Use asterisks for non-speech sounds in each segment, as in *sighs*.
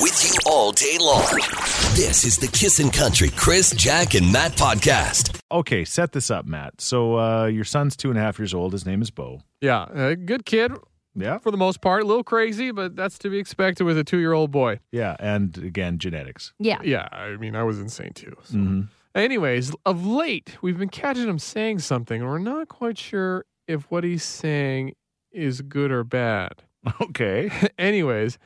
with you all day long. This is the Kissin' Country Chris, Jack, and Matt podcast. Okay, set this up, Matt. So uh, your son's two and a half years old. His name is Bo. Yeah, uh, good kid Yeah, for the most part. A little crazy, but that's to be expected with a two-year-old boy. yeah, and again, genetics. Yeah. Yeah, I mean, I was insane too. so. Mhm. *laughs* Anyways, of late we've been catching him saying something, and we're not quite sure if what he's saying is good or bad. *laughs* Okay, Anyways,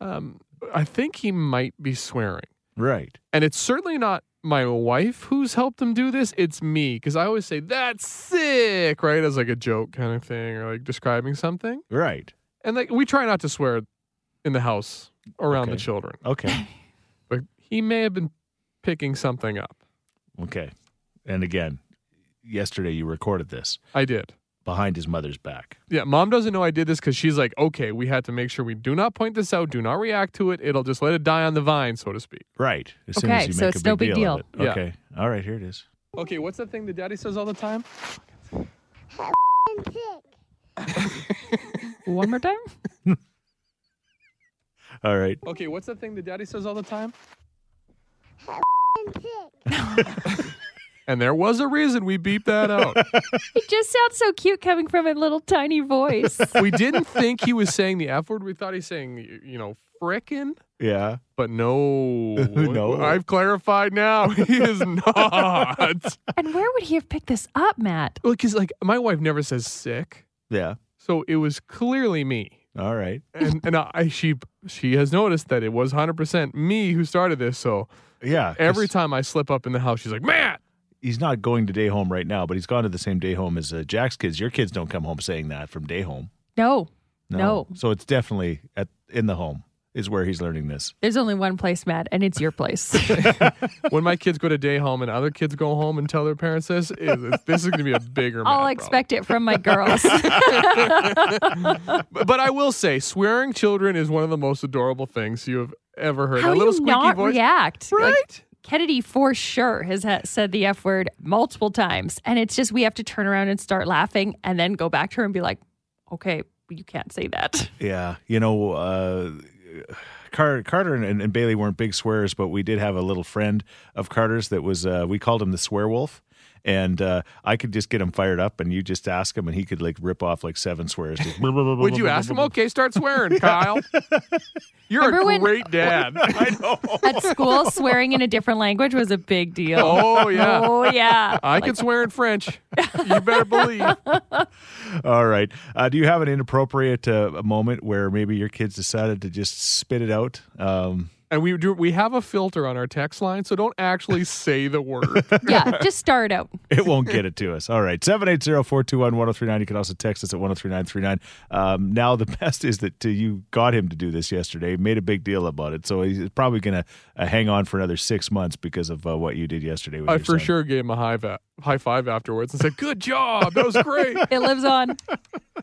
um, I think he might be swearing. right. And it's certainly not my wife who's helped him do this. It's me because I always say that's sick, right? As like a joke kind of thing or like describing something. Right. And like we try not to swear in the house around the Okay. children, Okay. but he may have been picking something up. Okay. And again, yesterday you recorded this I did. behind his mother's back. Yeah, mom doesn't know I did this because she's like, okay, we had to make sure we do not point this out, do not react to it. It'll just let it die on the vine, so to speak. Right. As soon as Okay, you so make it's a big no big deal, of deal. it. Yeah. Okay. All right. Here it is. Okay, what's that thing that daddy says all the time? One *laughs* more time? All right. Okay, what's that thing that daddy says all the time? and there was a reason we beeped that out. It just sounds so cute coming from a little *laughs* tiny voice. we didn't think he was saying the F word. We thought he's saying, y- you know, frickin', Yeah. but *laughs* no. No. I've clarified now. He *laughs* is not. and where would he have picked this up, Matt? Look, he's like, my wife never says sick. Yeah. So it was clearly me. All right. And, and I, she, she has noticed that it was 100% me who started this. So Yeah. 'cause every time I slip up in the house, she's like, Matt, he's not going to day home right now, but he's gone to the same day home as uh, Jack's kids. Your kids don't come home saying that from day home. No, No. So it's definitely at in the home is where he's learning this. there's only one place, Matt, and it's your place. *laughs* when my kids go to day home and other kids go home and tell their parents this, it- it- this is going to be a bigger. I'll mad expect it from my girls. *laughs* problem. *laughs* But, but I will say, swearing children is one of the most adorable things you have ever heard. How a do little you squeaky not voice, react? right? Like, Kennedy for sure has ha- said the F word multiple times. And it's just we have to turn around and start laughing and then go back to her and be like, okay, you can't say *laughs* that. Yeah. You know, uh, Car- Carter and, and Bailey weren't big swearers, but we did have a little friend of Carter's that was, uh, we called him the swear wolf. And uh, I could just get him fired up, and you just ask him, and he could like rip off like seven swears. *laughs* Just blah, blah, blah, blah, Would you blah, ask him? blah, Okay, start *laughs* swearing, Kyle. You're Remember a when- great dad. blah. I know. At school, swearing in a different language was a big deal. oh yeah, Oh, yeah. I can swear in French. You better believe. All right. Uh, do you have an inappropriate uh, moment where maybe your kids decided to just spit it out? Um, And we do. We have a filter on our text line, so don't actually say the word. *laughs* yeah, just start out. it won't get it to us. All right. 780 421 1039. You can also text us at 103939. Um, now, the *laughs* best is that uh, you got him to do this yesterday, made a big deal about it. So he's probably going to uh, hang on for another six months because of uh, what you did yesterday. With I your for son. sure gave him a high va- high five afterwards and said, "Good job, that was *laughs* great." It lives on.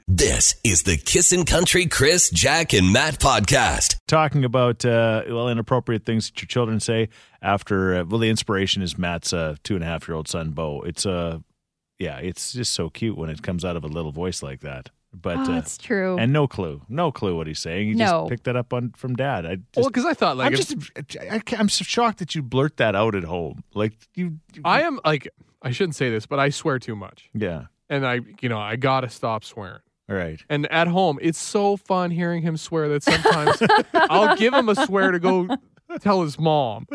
This is the Kissin' Country Chris, Jack, and Matt podcast. Talking about, uh, well, inappropriate things that your children say after, uh, well, the inspiration is Matt's uh, two and a half year old son, Bo. It's, uh, yeah, it's just so cute when it comes out of a little voice like that. But, oh, uh, it's true. and no clue, no clue what he's saying. He No. just picked that up on from dad. I just, well, because I thought like I'm if- just I, can't- I'm so shocked that you blurt that out at home. Like you, I am like I shouldn't say this, but I swear too much, yeah, and I you know I gotta stop swearing. all right. And at home, it's so fun hearing him swear that sometimes *laughs* I'll give him a swear to go tell his mom,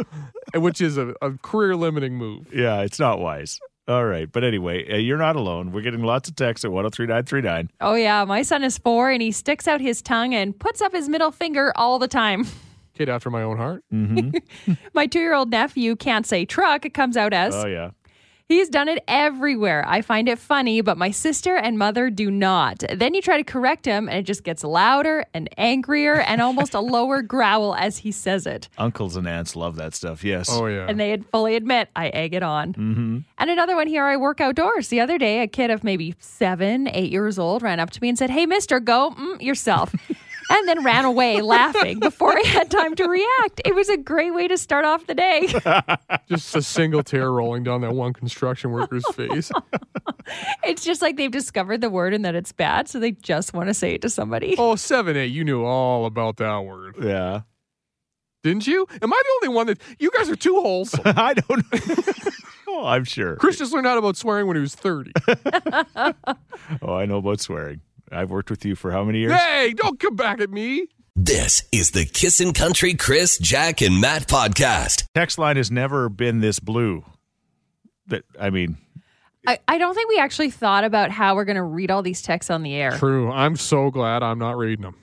which is a, a career limiting move. Yeah, it's not wise. All right, but anyway, uh, you're not alone. We're getting lots of texts at 103939. oh, yeah. My son is four and he sticks out his tongue and puts up his middle finger all the time. *laughs* Kid after my own heart. My two year old nephew can't say truck. It comes out as. Oh yeah, He's done it everywhere. I find it funny, but my sister and mother do not. Then you try to correct him, and it just gets louder and angrier and almost a lower *laughs* growl as he says it. uncles and aunts love that stuff. Yes. Oh yeah. And they had fully admit I egg it on. And another one here, I work outdoors. The other day, a kid of maybe seven, eight years old ran up to me and said, Hey, mister, go mm, yourself. and then ran away laughing before I had time to react. It was a great way to start off the day. Just a single tear rolling down that one construction worker's face. it's just like they've discovered the word and that it's bad. So they just want to say it to somebody. Oh, seven eight, you knew all about that word. yeah. *laughs* Didn't you? Am I the only one that you guys are too wholesome? I don't know. *laughs* oh, I'm sure. Chris just learned out about swearing when he was *laughs* 30. Oh, I know about swearing. I've worked with you for how many years? hey, don't come back at me. This is the Kissin' Country Chris, Jack, and Matt podcast. Text line has never been this blue. That I mean, I, I don't think we actually thought about how we're going to read all these texts on the air. True. I'm so glad I'm not reading them.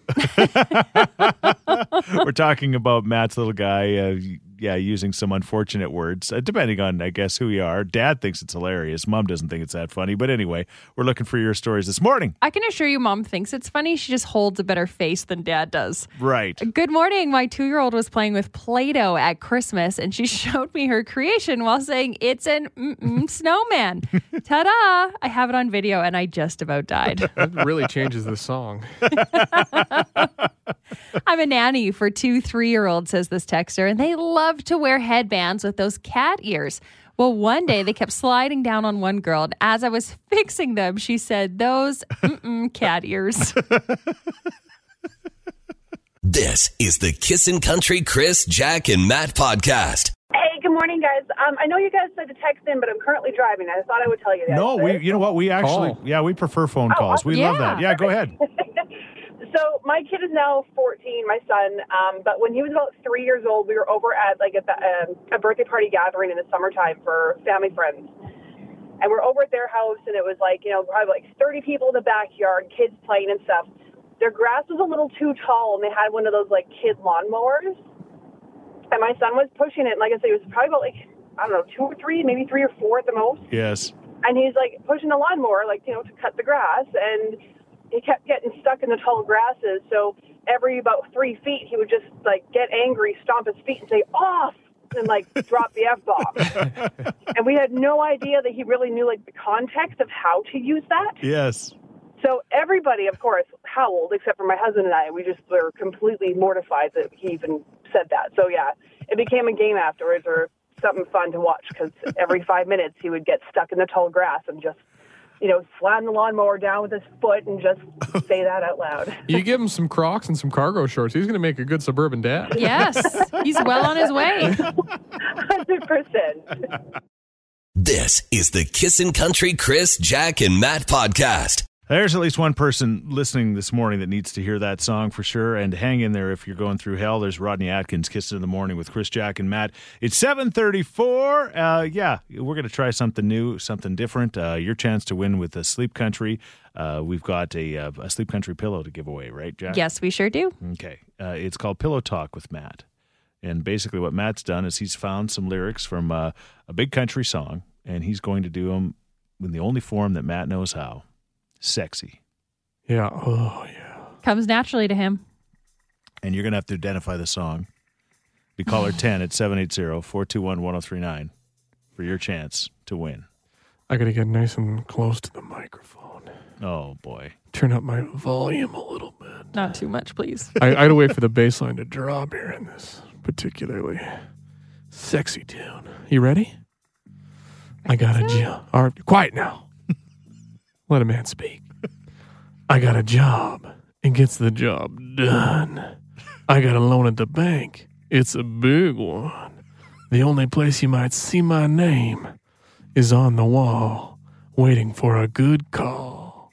*laughs* we're talking about Matt's little guy. Uh, yeah, using some unfortunate words, uh, depending on I guess who you are. Dad thinks it's hilarious. Mom doesn't think it's that funny. But anyway, we're looking for your stories this morning. I can assure you, mom thinks it's funny. She just holds a better face than dad does. Right. Good morning. My two year old was playing with Play Doh at Christmas and she *laughs* showed me her creation while saying, It's an mm-mm snowman. Ta da! I have it on video and I just about died. That really changes the song. I'm a nanny for two three year olds, says this texter, and they love to wear headbands with those cat ears. Well, one day they kept sliding down on one girl, and as I was *laughs* fixing them, she said, Those mm-mm cat ears. This is the Kissin' Country Chris, Jack, and Matt podcast. Hey, good morning, guys. Um, I know you guys said to text in, but I'm currently driving. I thought I would tell you that. No, we. You know what? We actually. Call. Yeah, we prefer phone calls. We love Yeah. that. Yeah, go ahead. So my kid is now 14, my son. Um, but when he was about three years old, we were over at like a, um, a birthday party gathering in the summertime for family friends. And we're over at their house, and it was like, you know, probably like 30 people in the backyard, kids playing and stuff. Their grass was a little too tall, and they had one of those like kid lawnmowers. And my son was pushing it. And like I said, he was probably about like, I don't know, two or three, maybe three or four at the most Yes. and he's like pushing a lawnmower, like you know, to cut the grass, and he kept getting stuck in the tall grasses. So every about three feet, he would just like get angry, stomp his feet, and say off, and like drop the f bomb. and we had no idea that he really knew like the context of how to use that. Yes. So everybody, of course, howled except for my husband and I. We just were completely mortified that he even said that. So yeah, it became a game afterwards or something fun to watch because every five minutes he would get stuck in the tall grass and just, you know, slam the lawnmower down with his foot and just say that out loud. *laughs* You give him some Crocs and some cargo shorts, he's going to make a good suburban dad. yes, he's well on his way. Hundred percent. This is the Kissin' Country Chris, Jack, and Matt podcast. There's at least one person listening this morning that needs to hear that song for sure. And hang in there if you're going through hell. There's Rodney Atkins, "Kissing in the Morning" with Chris, Jack, and Matt. It's 7:34. Uh, yeah, we're gonna try something new, something different. Uh, your chance to win with a Sleep Country. Uh, we've got a, uh, a Sleep Country pillow to give away, right, Jack? Yes, we sure do. Okay. Uh, it's called Pillow Talk with Matt. And basically, what Matt's done is he's found some lyrics from uh, a big country song, and he's going to do them in the only form that Matt knows how sexy. Yeah. Oh, yeah. Comes naturally to him. And you're going to have to identify the song. Be *sighs* caller 10 at 780 421 1039 for your chance to win. I got to get nice and close to the microphone. Oh, boy. Turn up my volume a little bit. Not too much, please. I, I had to wait for the bass line to drop here in this particularly sexy tune. You ready? I got a job. Or, quiet now. Let a man speak. I got a job and gets the job done. I got a loan at the bank. It's a big one. The only place you might see my name is on the wall, waiting for a good call.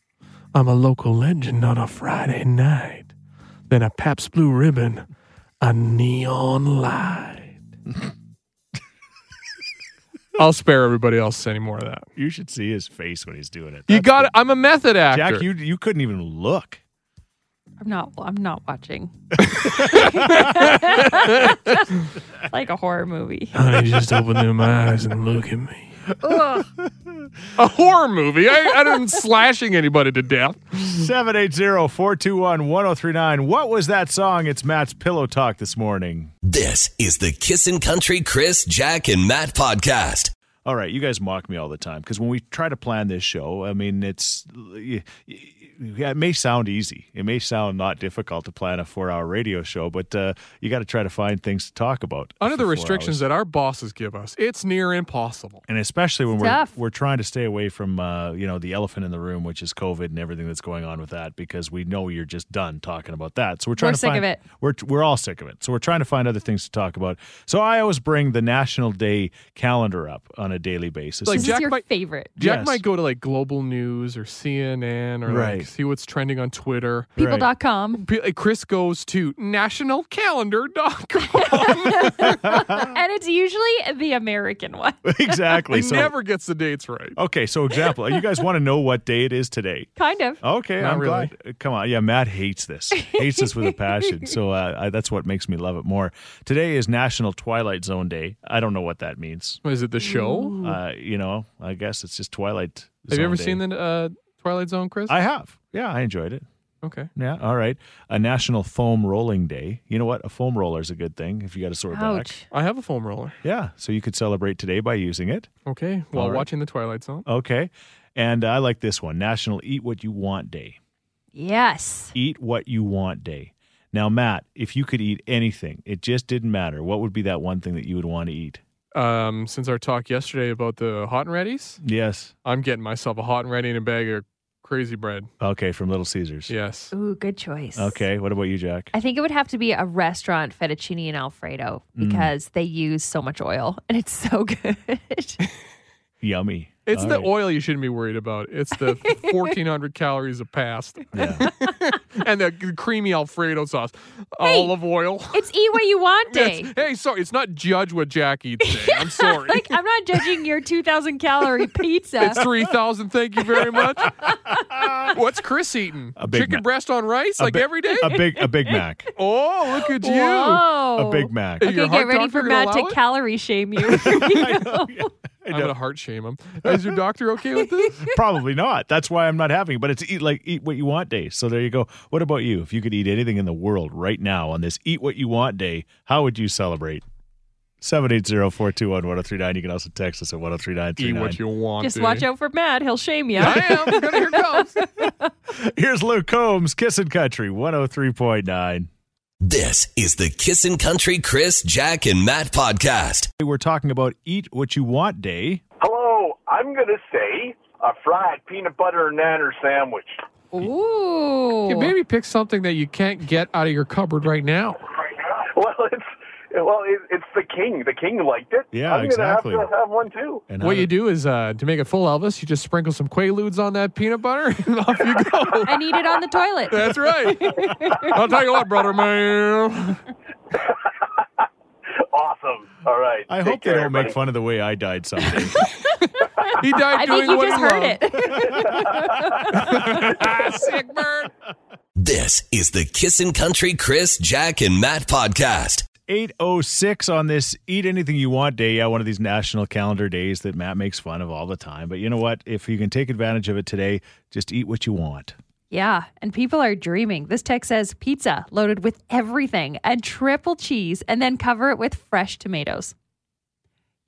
I'm a local legend on a Friday night than a Pabst Blue Ribbon, a neon light. *laughs* I'll spare everybody else any more of that. You should see his face when he's doing it. You That's got the- it. I'm a method actor. Jack, you, you couldn't even look. I'm not. I'm not *laughs* watching. like a horror movie. *laughs* Honey, just open them eyes and look at me. *laughs* A horror movie. I, I didn't slashing anybody to death. 780-421-1039. What was that song? It's Matt's Pillow Talk this morning. This is the Kissin' Country Chris, Jack, and Matt podcast. All right, you guys mock me all the time because when we try to plan this show, I mean, it's yeah, it may sound easy, it may sound not difficult to plan a four-hour radio show, but uh, you got to try to find things to talk about Under the for four restrictions hours. that our bosses give us, it's near impossible. and especially when It's we're tough. we're trying to stay away from uh, you know the elephant in the room, which is COVID and everything that's going on with that, because we know you're just done talking about that. So we're trying We're to sick of find- it. We're we're all sick of it. So we're trying to find other things to talk about. So I always bring the National Day calendar up on a daily basis. Like This Jack is your might- favorite. Jack Yes. might go to like Global News or CNN or Right. like see what's trending on Twitter. *laughs* People.com. P- like, Chris goes to nationalcalendar.com. And it's usually the *laughs* American one. exactly. he so, never gets the dates right. Okay, so example, you guys want to know what day it is today? Kind of. Okay, Not I'm really. glad. Come on, yeah, Matt hates this, hates this with a passion. So uh, I, that's what makes me love it more. Today is National Twilight Zone Day. I don't know what that means. Oh, Is it the show? Uh, you know, I guess it's just Twilight. Hmm. Have you Zone ever Day. seen the uh, Twilight Zone, Chris? I have. Yeah, I enjoyed it. okay. Yeah, all right. A National Foam Rolling Day. You know what? A foam roller is a good thing if you got a sore back. Ouch. I have a foam roller. Yeah, so you could celebrate today by using it. Okay. While All right. watching the Twilight Zone. Okay, and I like this one: National Eat What You Want Day. Yes. Eat What You Want Day. Now, Matt, if you could eat anything, it just didn't matter. What would be that one thing that you would want to eat? Um, since our talk yesterday about the hot and readies, Yes. I'm getting myself a hot and ready and a bag of crazy bread. Okay, from Little Caesars. Yes. Ooh, good choice. Okay, what about you, Jack? I think it would have to be a restaurant fettuccine and alfredo Mm. because they use so much oil *laughs* and it's so good. Yummy. It's All the right. oil you shouldn't be worried about. It's the 1,400 calories of pasta Yeah. *laughs* and the creamy Alfredo sauce, olive oil. it's eat what you want day. Yes. Hey, sorry, *laughs* it's not judge what Jack eats today. I'm sorry. like I'm not judging your *laughs* 2,000 calorie pizza. it's 3,000. Thank you very much. What's Chris eating? A Big Chicken Mac. breast on rice like every day? a big a Big *laughs* Mac. oh, look at you. Whoa. A Oh. Big Mac. Your Okay, heart get ready doctor for gonna Matt to allow it? calorie *laughs* shame you. *laughs* You know? I'm going to heart shame him. Is your doctor okay with this? *laughs* Probably not. That's why I'm not having it. But it's eat like eat what you want day. So there you go. What about you? If you could eat anything in the world right now on this eat what you want day, how would you celebrate? 780-421-1039. You can also text us at 103939. *laughs* Eat what you want. Just watch out for Matt. He'll shame you. I am. Good, here comes. Here's Luke Combs, Kissin' Country, 103.9. This is the Kissin' Country Chris, Jack, and Matt podcast. We're talking about Eat What You Want Day. Hello, I'm going to say a fried peanut butter and nanner sandwich. *laughs* Ooh. Yeah, maybe pick something that you can't get out of your cupboard right now. Well, it's well, it, it's the king. The king liked it. Yeah, I'm gonna exactly. have to have one too. And What how- you do is uh, to make it full Elvis, you just sprinkle some Quaaludes on that peanut butter *laughs* and off you go. I need it on the *laughs* toilet. That's right. I'll tell you what, brother man. Awesome. All right. I Take hope they care, don't make everybody. fun of the way I died someday. He died I doing think you what just he heard loved. it. *laughs* Ah, *laughs* sick bird. This is the Kissin' Country Chris, Jack, and Matt podcast. 806 on this Eat Anything You Want Day. Yeah, one of these national calendar days that Matt makes fun of all the time. But you know what? If you can take advantage of it today, just eat what you want. yeah, and people are dreaming. This text says pizza loaded with everything and triple cheese and then cover it with fresh tomatoes.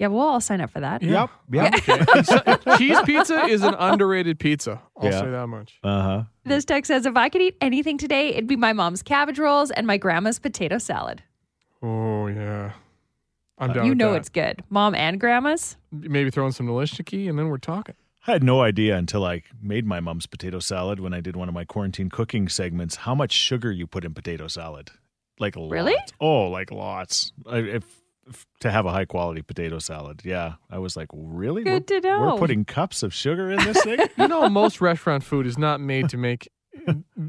Yeah, we'll all sign up for that. Yep. *laughs* Yep. Cheese pizza is an underrated pizza. I'll Yeah. say that much. Uh huh. This text says if I could eat anything today, it'd be my mom's cabbage rolls and my grandma's potato salad. Oh yeah, Uh, I'm down. You with know that. it's good. Mom and grandma's? maybe throwing some Nalishiki and then we're talking. I had no idea until I made my mom's potato salad when I did one of my quarantine cooking segments how much sugar you put in potato salad. Like lots. Really? Oh, like lots. I, if, if to have a high quality potato salad, yeah. I was like, really? Good we're, to We're know. putting cups of sugar in this *laughs* thing. You *laughs* know, most restaurant food is not made to make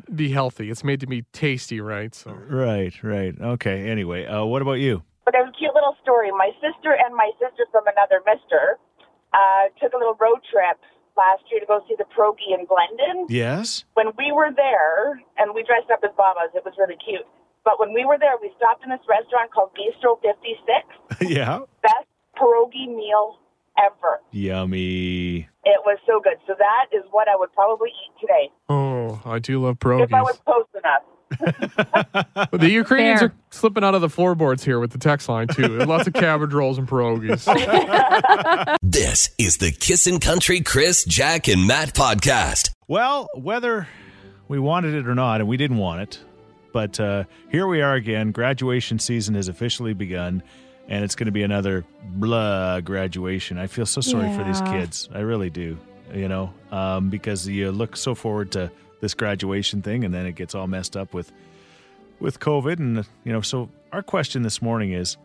be healthy. It's made to be tasty, right? So right. Right. Okay. Anyway, uh, what about you? But there's a cute little story. My sister and my sister from another mister uh, took a little road trip last year to go see the Progy in Glendon. Yes. When we were there, and we dressed up as Babas, it was really cute. But when we were there, we stopped in this restaurant called Bistro *laughs* 56. yeah. Best pierogi meal ever. Yummy. It was so good. So that is what I would probably eat today Oh, I do love if I was pierogies. close enough. But the Ukrainians Fair. are slipping out of the floorboards here with the text line too. Lots of cabbage rolls *laughs* and pierogies. This is the Kissin' Country Chris, Jack, and Matt podcast. Well, whether we wanted it or not, and we didn't want it, but uh, here we are again. Graduation season has officially begun, and it's going to be another blah graduation. I feel so sorry for these Yeah. kids. I really do, you know, um, because you look so forward to this graduation thing, and then it gets all messed up with with COVID, and you know. So our question this morning is,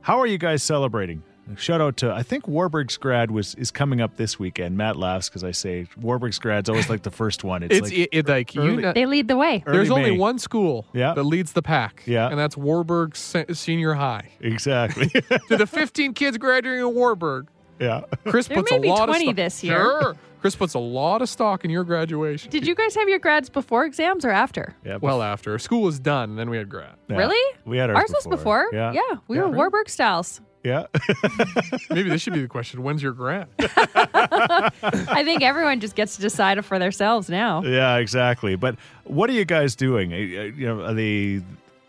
how are you guys celebrating? Shout out to I think Warburg's grad was is coming up this weekend. Matt laughs because I say Warburg's grad's always like the first one. It's, It's like e-, it, it, like you. early- Know, They lead the way. early there's only May. one school Yeah. that leads the pack. Yeah. and that's Warburg Se- Senior High. exactly. *laughs* To the 15 kids graduating in Warburg, yeah, Chris There puts may a be lot 20 of stock. this year. Sure. Chris puts a lot of stock in your graduation. Did you guys have your grads before exams or after? yeah. Well, after school was done, then we had grad. yeah. Really? We had ours, Ours was before. Yeah, we Yeah. were Warburg styles. Yeah, *laughs* Maybe this should be the question: When's your *laughs* grad? Oh, I think everyone just gets to decide for themselves *laughs* now. yeah, exactly. But what are you guys doing? Uh, uh, You know, are they?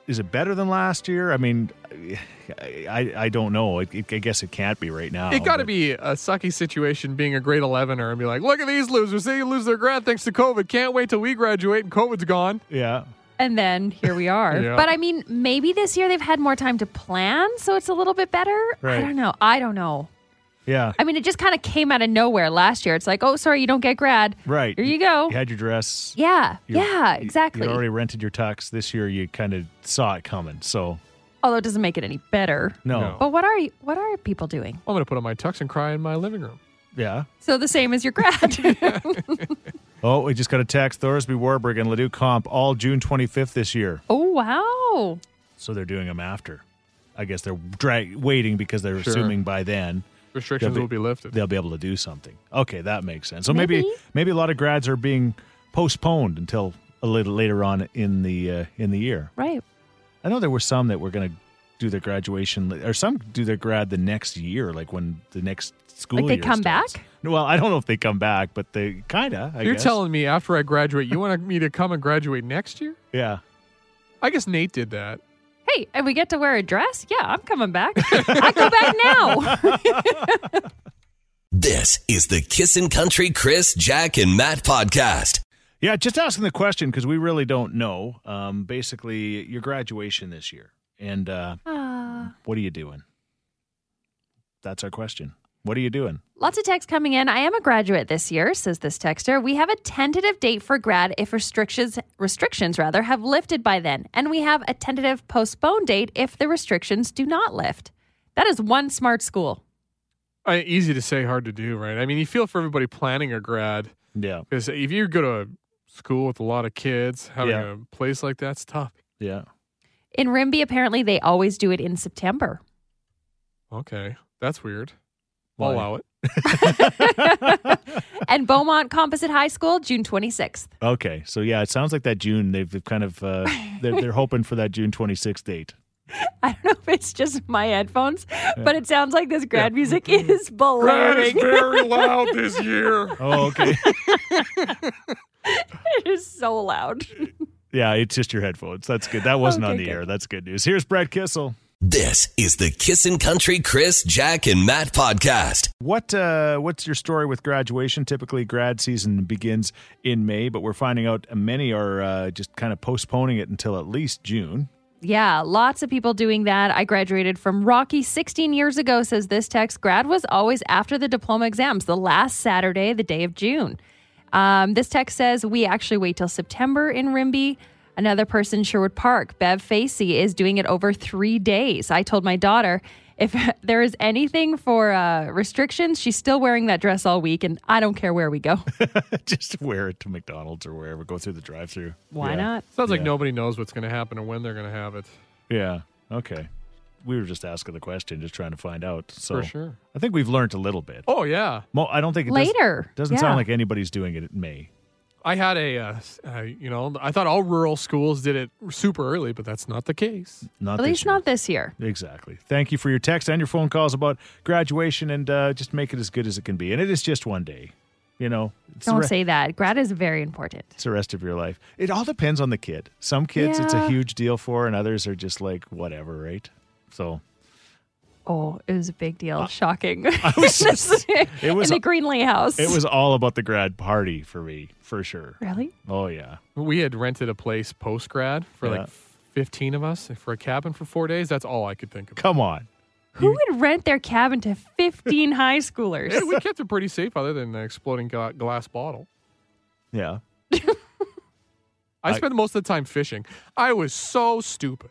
Is it better than last year? I mean, I I, I don't know. I, I guess it can't be right now. It got to but- be a sucky situation being a grade 11er and be like, look at these losers. They lose their grad thanks to COVID. Can't wait till we graduate and COVID's gone. Yeah, And then here we are. Yeah. But I mean, maybe this year they've had more time to plan, so it's a little bit better. Right. I don't know. I don't know. yeah. I mean, it just kind of came out of nowhere last year. It's like, oh, sorry, you don't get grad. Right. Here you go. You had your dress. Yeah. You- yeah, you- exactly. You already rented your tux. This year, you kind of saw it coming. So Although it doesn't make it any better. no, Oh. No. But what are you, what are people doing? I'm going to put on my tux and cry in my living room. yeah. So the same as your grad. *laughs* *laughs* Oh, we just got a text. Thorsby Warburg and Ledoux Comp all June 25th this year. oh wow. So they're doing them after. I guess they're dra- waiting because they're Sure. assuming by then Restrictions They'll be- will be lifted. they'll be able to do something. Okay, that makes sense. So maybe maybe, a lot of grads are being postponed until a little later on in the uh, in the year. Right. I know there were some that were going to do their graduation, li- or some do their grad the next year, like when the next school Like they year come starts. back? Well, I don't know if they come back, but they kind of. You're guess. telling me after I graduate, you want *laughs* me to come and graduate next year? yeah, I guess Nate did that. Hey, and we get to wear a dress? Yeah, I'm coming back. I go back *laughs* now. This is the Kissin' Country Chris, Jack, and Matt podcast. yeah. Just asking the question because we really don't know. Um, basically, your graduation this year, and uh, Ah. what are you doing? That's our question. What are you doing? Lots of texts coming in. I am a graduate this year, says this texter. We have a tentative date for grad if restrictions restrictions rather have lifted by then, and we have a tentative postponed date if the restrictions do not lift. That is one smart school. I, easy to say, hard to do, right? I mean, you feel for everybody planning a grad Yeah, because if you go to school with a lot of kids, having Yeah. a place like that's tough. yeah. In Rimby, apparently they always do it in *laughs* September. Okay, that's weird. Why? I'll allow it. and Beaumont Composite High School, June 26th. Okay, so yeah, it sounds like that June. They've, they've kind of uh, they're, *laughs* they're hoping for that June 26th date. I don't know if it's just my headphones, but it sounds like this Mm-hmm. grad music *laughs* is blaring. very loud this year. Oh, okay. *laughs* it is so loud. Yeah, it's just your headphones. That's good. That wasn't on Okay, the good. air. That's good news. Here's Brad Kissel. This is the Kissin' Country Chris, Jack, and Matt podcast. What uh, what's your story with graduation? Typically, grad season begins in May, but we're finding out many are uh, just kind of postponing it until at least June. *laughs* Yeah, lots of people doing that. I graduated from Rocky 16 years ago, says this text. Grad was always after the diploma exams, the last Saturday, the day of June. Um, this text says we actually wait till September in Rimby. Another person, Sherwood Park, Bev Facey, is doing it over three days. I told my daughter if *laughs* there is anything for uh, restrictions, she's still wearing that dress all week, and I don't care where we go. just wear it to McDonald's or wherever. Go through the drive-through. Why Yeah. not? Sounds like Yeah. nobody knows what's going to happen or when they're going to have it. Yeah. Okay. We were just asking the question, just trying to find out. So For sure. I think we've learned a little bit. Oh yeah, Mo- I don't think it does- Later. doesn't Yeah. sound like anybody's doing it in May. I had a, uh, s- uh, you know, I thought all rural schools did it super early, but that's not the case. Not At this least year. not this year. Exactly. Thank you for your text and your phone calls about graduation and uh, just make it as good as it can be. And it is just one day. You know, it's the Don't re- say that. Grad is very important. it's the rest of your life. It all depends on the kid. Some kids it's a Yeah. huge deal for, and others are just like whatever, right? So Oh, it was a big deal. Shocking. *laughs* I was *laughs* just, it was in the Greenlee house. it was all about the grad party for me for *laughs* sure. really. Oh yeah, We had rented a place post grad for Yeah. like 15 of us for a cabin for four days. That's all I could think of. come on. Who would rent their cabin to *laughs* 15 high schoolers? Yeah, we kept it pretty safe other than the exploding gla- glass bottle. Yeah, I I- spent most of the time fishing. I was so stupid.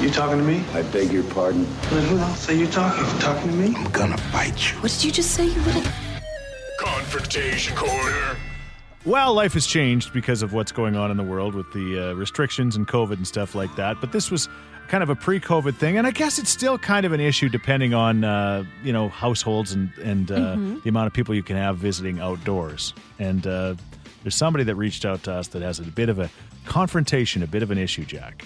You talking to me? I beg your pardon. Then who else are you talking? You talking to me? Gonna bite you. What did you just say you wouldn't? Confrontation corner. Well, life has changed because of what's going on in the world with the uh, restrictions and COVID and stuff like that. But this was kind of a pre-COVID thing, and I guess it's still kind of an issue depending on uh, you know households and and uh, the amount of people you can have visiting outdoors. And uh, there's somebody that reached out to us that has a bit of a confrontation, a bit of an issue, Jack.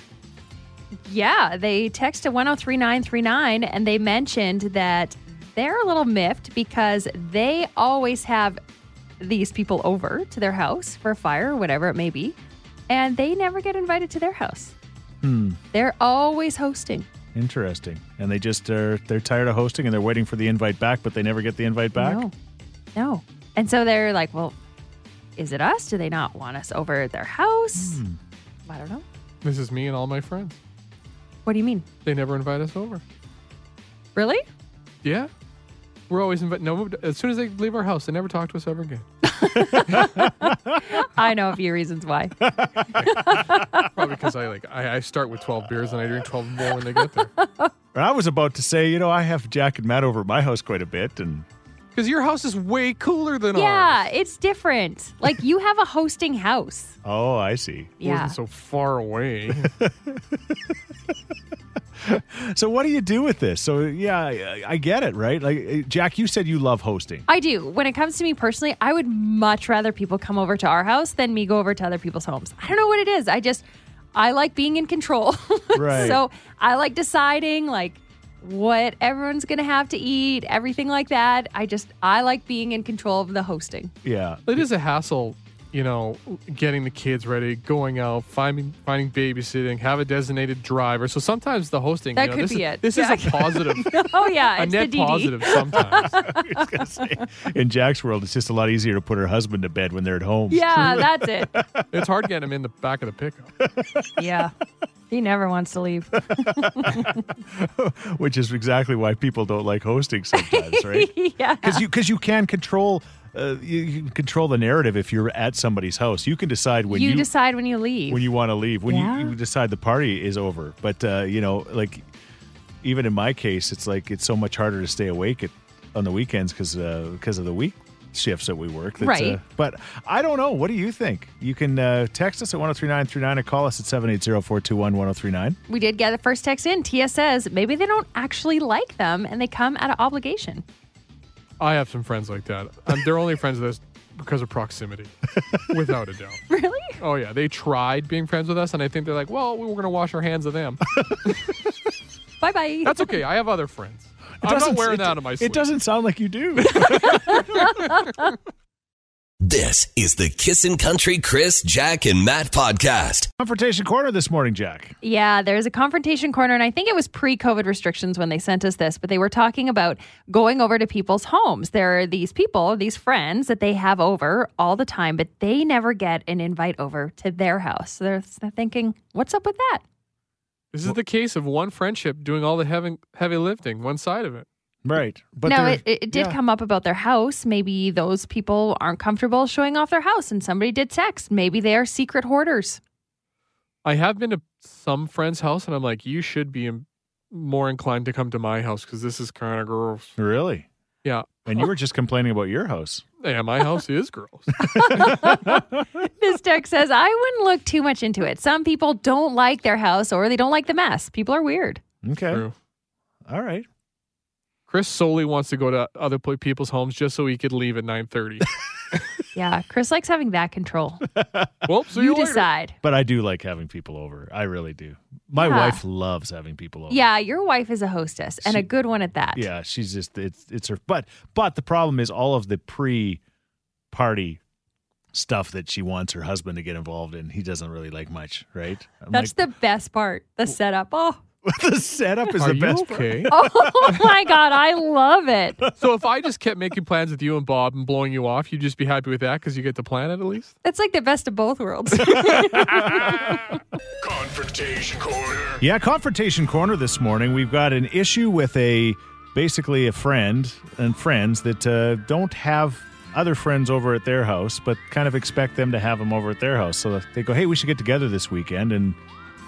Yeah, they texted 103939 and they mentioned that they're a little miffed because they always have these people over to their house for a fire or whatever it may be, and they never get invited to their house. Hmm. They're always hosting. Interesting. And they just are they're tired of hosting and they're waiting for the invite back, but they never get the invite back. No. No. And so they're like, well, is it us? Do they not want us over at their house? I don't know. this is me and all my friends. What do you mean? They never invite us over. Really? Yeah. We're always invited. No, as soon as they leave our house, they never talk to us ever again. I know a few reasons why. Probably because I like I, I start with 12 beers and I drink 12 more when they get there. And I was about to say, you know, I have Jack and Matt over at my house quite a bit and Because your house is way cooler than ours. yeah, it's different. Like you have a hosting house. oh, I see. It Yeah. wasn't so far away. So what do you do with this? So yeah, I, I get it, right? Like eh, Jack, you said you love hosting. *laughs* I do. When it comes to me personally, I would much rather people come over to our house than me go over to other people's homes. I don't know what it is. I just I like being in control. *laughs* Right. so I like deciding like what everyone's going to have to eat, everything like that. I just I like being in control of the hosting. *laughs* Yeah. *laughs* it is a hassle, you know, getting the kids ready, going out, finding finding babysitting, have a designated driver. So sometimes the hosting That you know, could this be is, it. This is Yeah. a *laughs* positive, Oh yeah, a it's net the DD. positive sometimes. I was gonna say, in Jack's world, it's just a lot easier to put her husband to bed when they're at home. *laughs* Yeah, that's it. it's hard getting them in the back of the pickup. Yeah. He never wants to leave. *laughs* Which is exactly why people don't like hosting sometimes, right? *laughs* *laughs* yeah. because you because you can control uh, you, you can control the narrative if you're at somebody's house. You can decide when you, you, decide when you leave. when you want to leave when Yeah. you, you decide the party is over. But uh, you know, like even in my case, it's like it's so much harder to stay awake at, on the weekends because because of the week shifts that we work. That's, Right. Uh, but I don't know. What do you think? You can uh, text us at 103939 or call us at 780-421-1039. we did get the first text in. Tia says maybe they don't actually like them and they come out of obligation. I have some friends like that. Um, they're only friends with us because of proximity, without a doubt. *laughs* Really? Oh yeah, they tried being friends with us, and I think they're like, well, we were gonna wash our hands of them. Bye bye. That's okay. I have other friends. It I'm not doesn't- wearing it- that out of my sleeve. It doesn't sound like you *laughs* do. This is the Kissin' Country Chris, Jack, and Matt podcast. Confrontation corner this morning, Jack. Yeah, there's a confrontation corner, and I think it was pre COVID restrictions when they sent us this, but they were talking about going over to people's homes. There are these people, these friends that they have over all the time, but they never get an invite over to their house. So they're, they're thinking, what's up with that? This is the case of one friendship doing all the heavy, heavy lifting, one side of it. Right. But no, they're- it, it did yeah. come up about their house. Maybe those people aren't comfortable showing off their house, and somebody did text. Maybe they are secret hoarders. *laughs* I have been to some friend's house and I'm like, you should be im- more inclined to come to my house because this is kind of gross. Really? Yeah. And you were just complaining about your house. Yeah, *laughs* my house is gross. This text says, I wouldn't look too much into it. Some people don't like their house or they don't like the mess. People are weird. Okay. True. All right. *laughs* Chris solely wants to go to other pl- people's homes just so he could leave at 9.30. Yeah, Chris likes having that *laughs* control. Well, see you you, later. decide. But I do like having people over. I really do. My Yeah. wife loves having people over. Yeah, your wife is a hostess and a good one at that. Yeah, she's just it's it's her but but the problem is all of the pre party stuff that she wants her husband to get involved in, he doesn't really like much, right? I'm That's *laughs* the best part, the setup. Oh, *laughs* like, the setup is Are the you best part. okay? oh my God, I love it. so if I just kept making plans with you and Bob and blowing you off, you'd just be happy with that because you get to plan it at least. That's like the best of *laughs* both worlds. Confrontation Corner. Yeah, confrontation corner this morning. We've got an issue with a basically a friend and friends that uh, don't have other friends over at their house, but kind of expect them to have them over at their house. So they go, "Hey, we should get together this weekend," and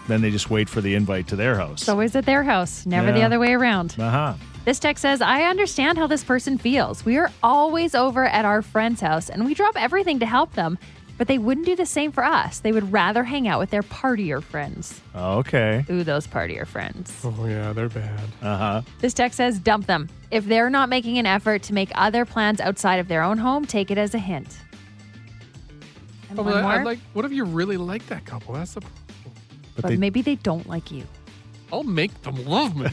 then they just wait for the invite to their house. It's always at their house, never the Yeah. other way around. uh huh. This text says, I understand how this person feels. We are always over at our friend's house and we drop everything to help them, but they wouldn't do the same for us. They would rather hang out with their partier friends. Oh, Okay. Ooh, those partier friends. Oh yeah, they're bad. Uh huh. This text says, dump them. If they're not making an effort to make other plans outside of their own home, take it as a hint. And one more, I'd like. What if you really like that couple? That's the. But, but they, maybe they don't *laughs* like you. I'll make them love *laughs* me.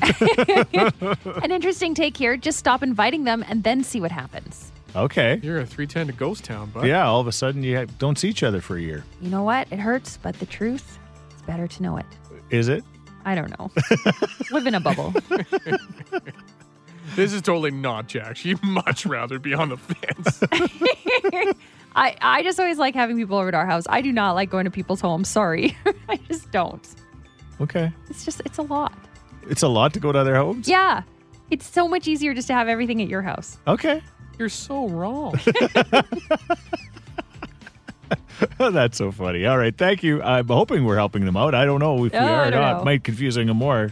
An interesting take here. Just stop inviting them and then see what happens. okay. You're a three ten to ghost town, bud. Yeah. All of a sudden, you ha- don't see each other for a year. You know what? It hurts, but the truth, it's better to know it. Is it? I don't *laughs* know. Live in a bubble. This is totally not Jack. She'd *laughs* much rather be on the fence. I, I just always like having people over to our house. I do not like going to people's homes. Sorry. *laughs* I just don't. Okay. It's just, it's a lot. It's a lot to go to other homes. Yeah. It's so much easier just to have everything at your house. Okay. *laughs* You're so wrong. *laughs* That's so funny. All right. Thank you. I'm hoping we're helping them out. I don't know if Oh, we are I or don't not. know. Might confusing them more.